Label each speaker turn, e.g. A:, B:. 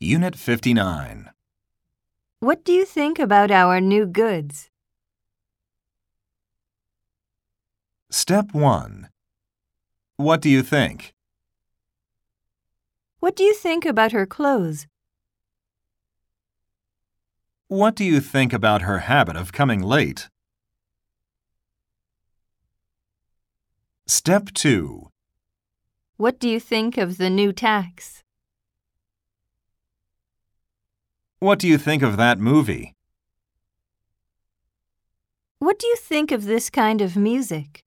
A: Unit 59.
B: What do you think about our new goods?
A: Step 1. What do you think?
B: What do you think about her clothes?
A: What do you think about her habit of coming late? Step 2.
B: What do you think of the new tax?
A: What do you think of that movie?
B: What do you think of this kind of music?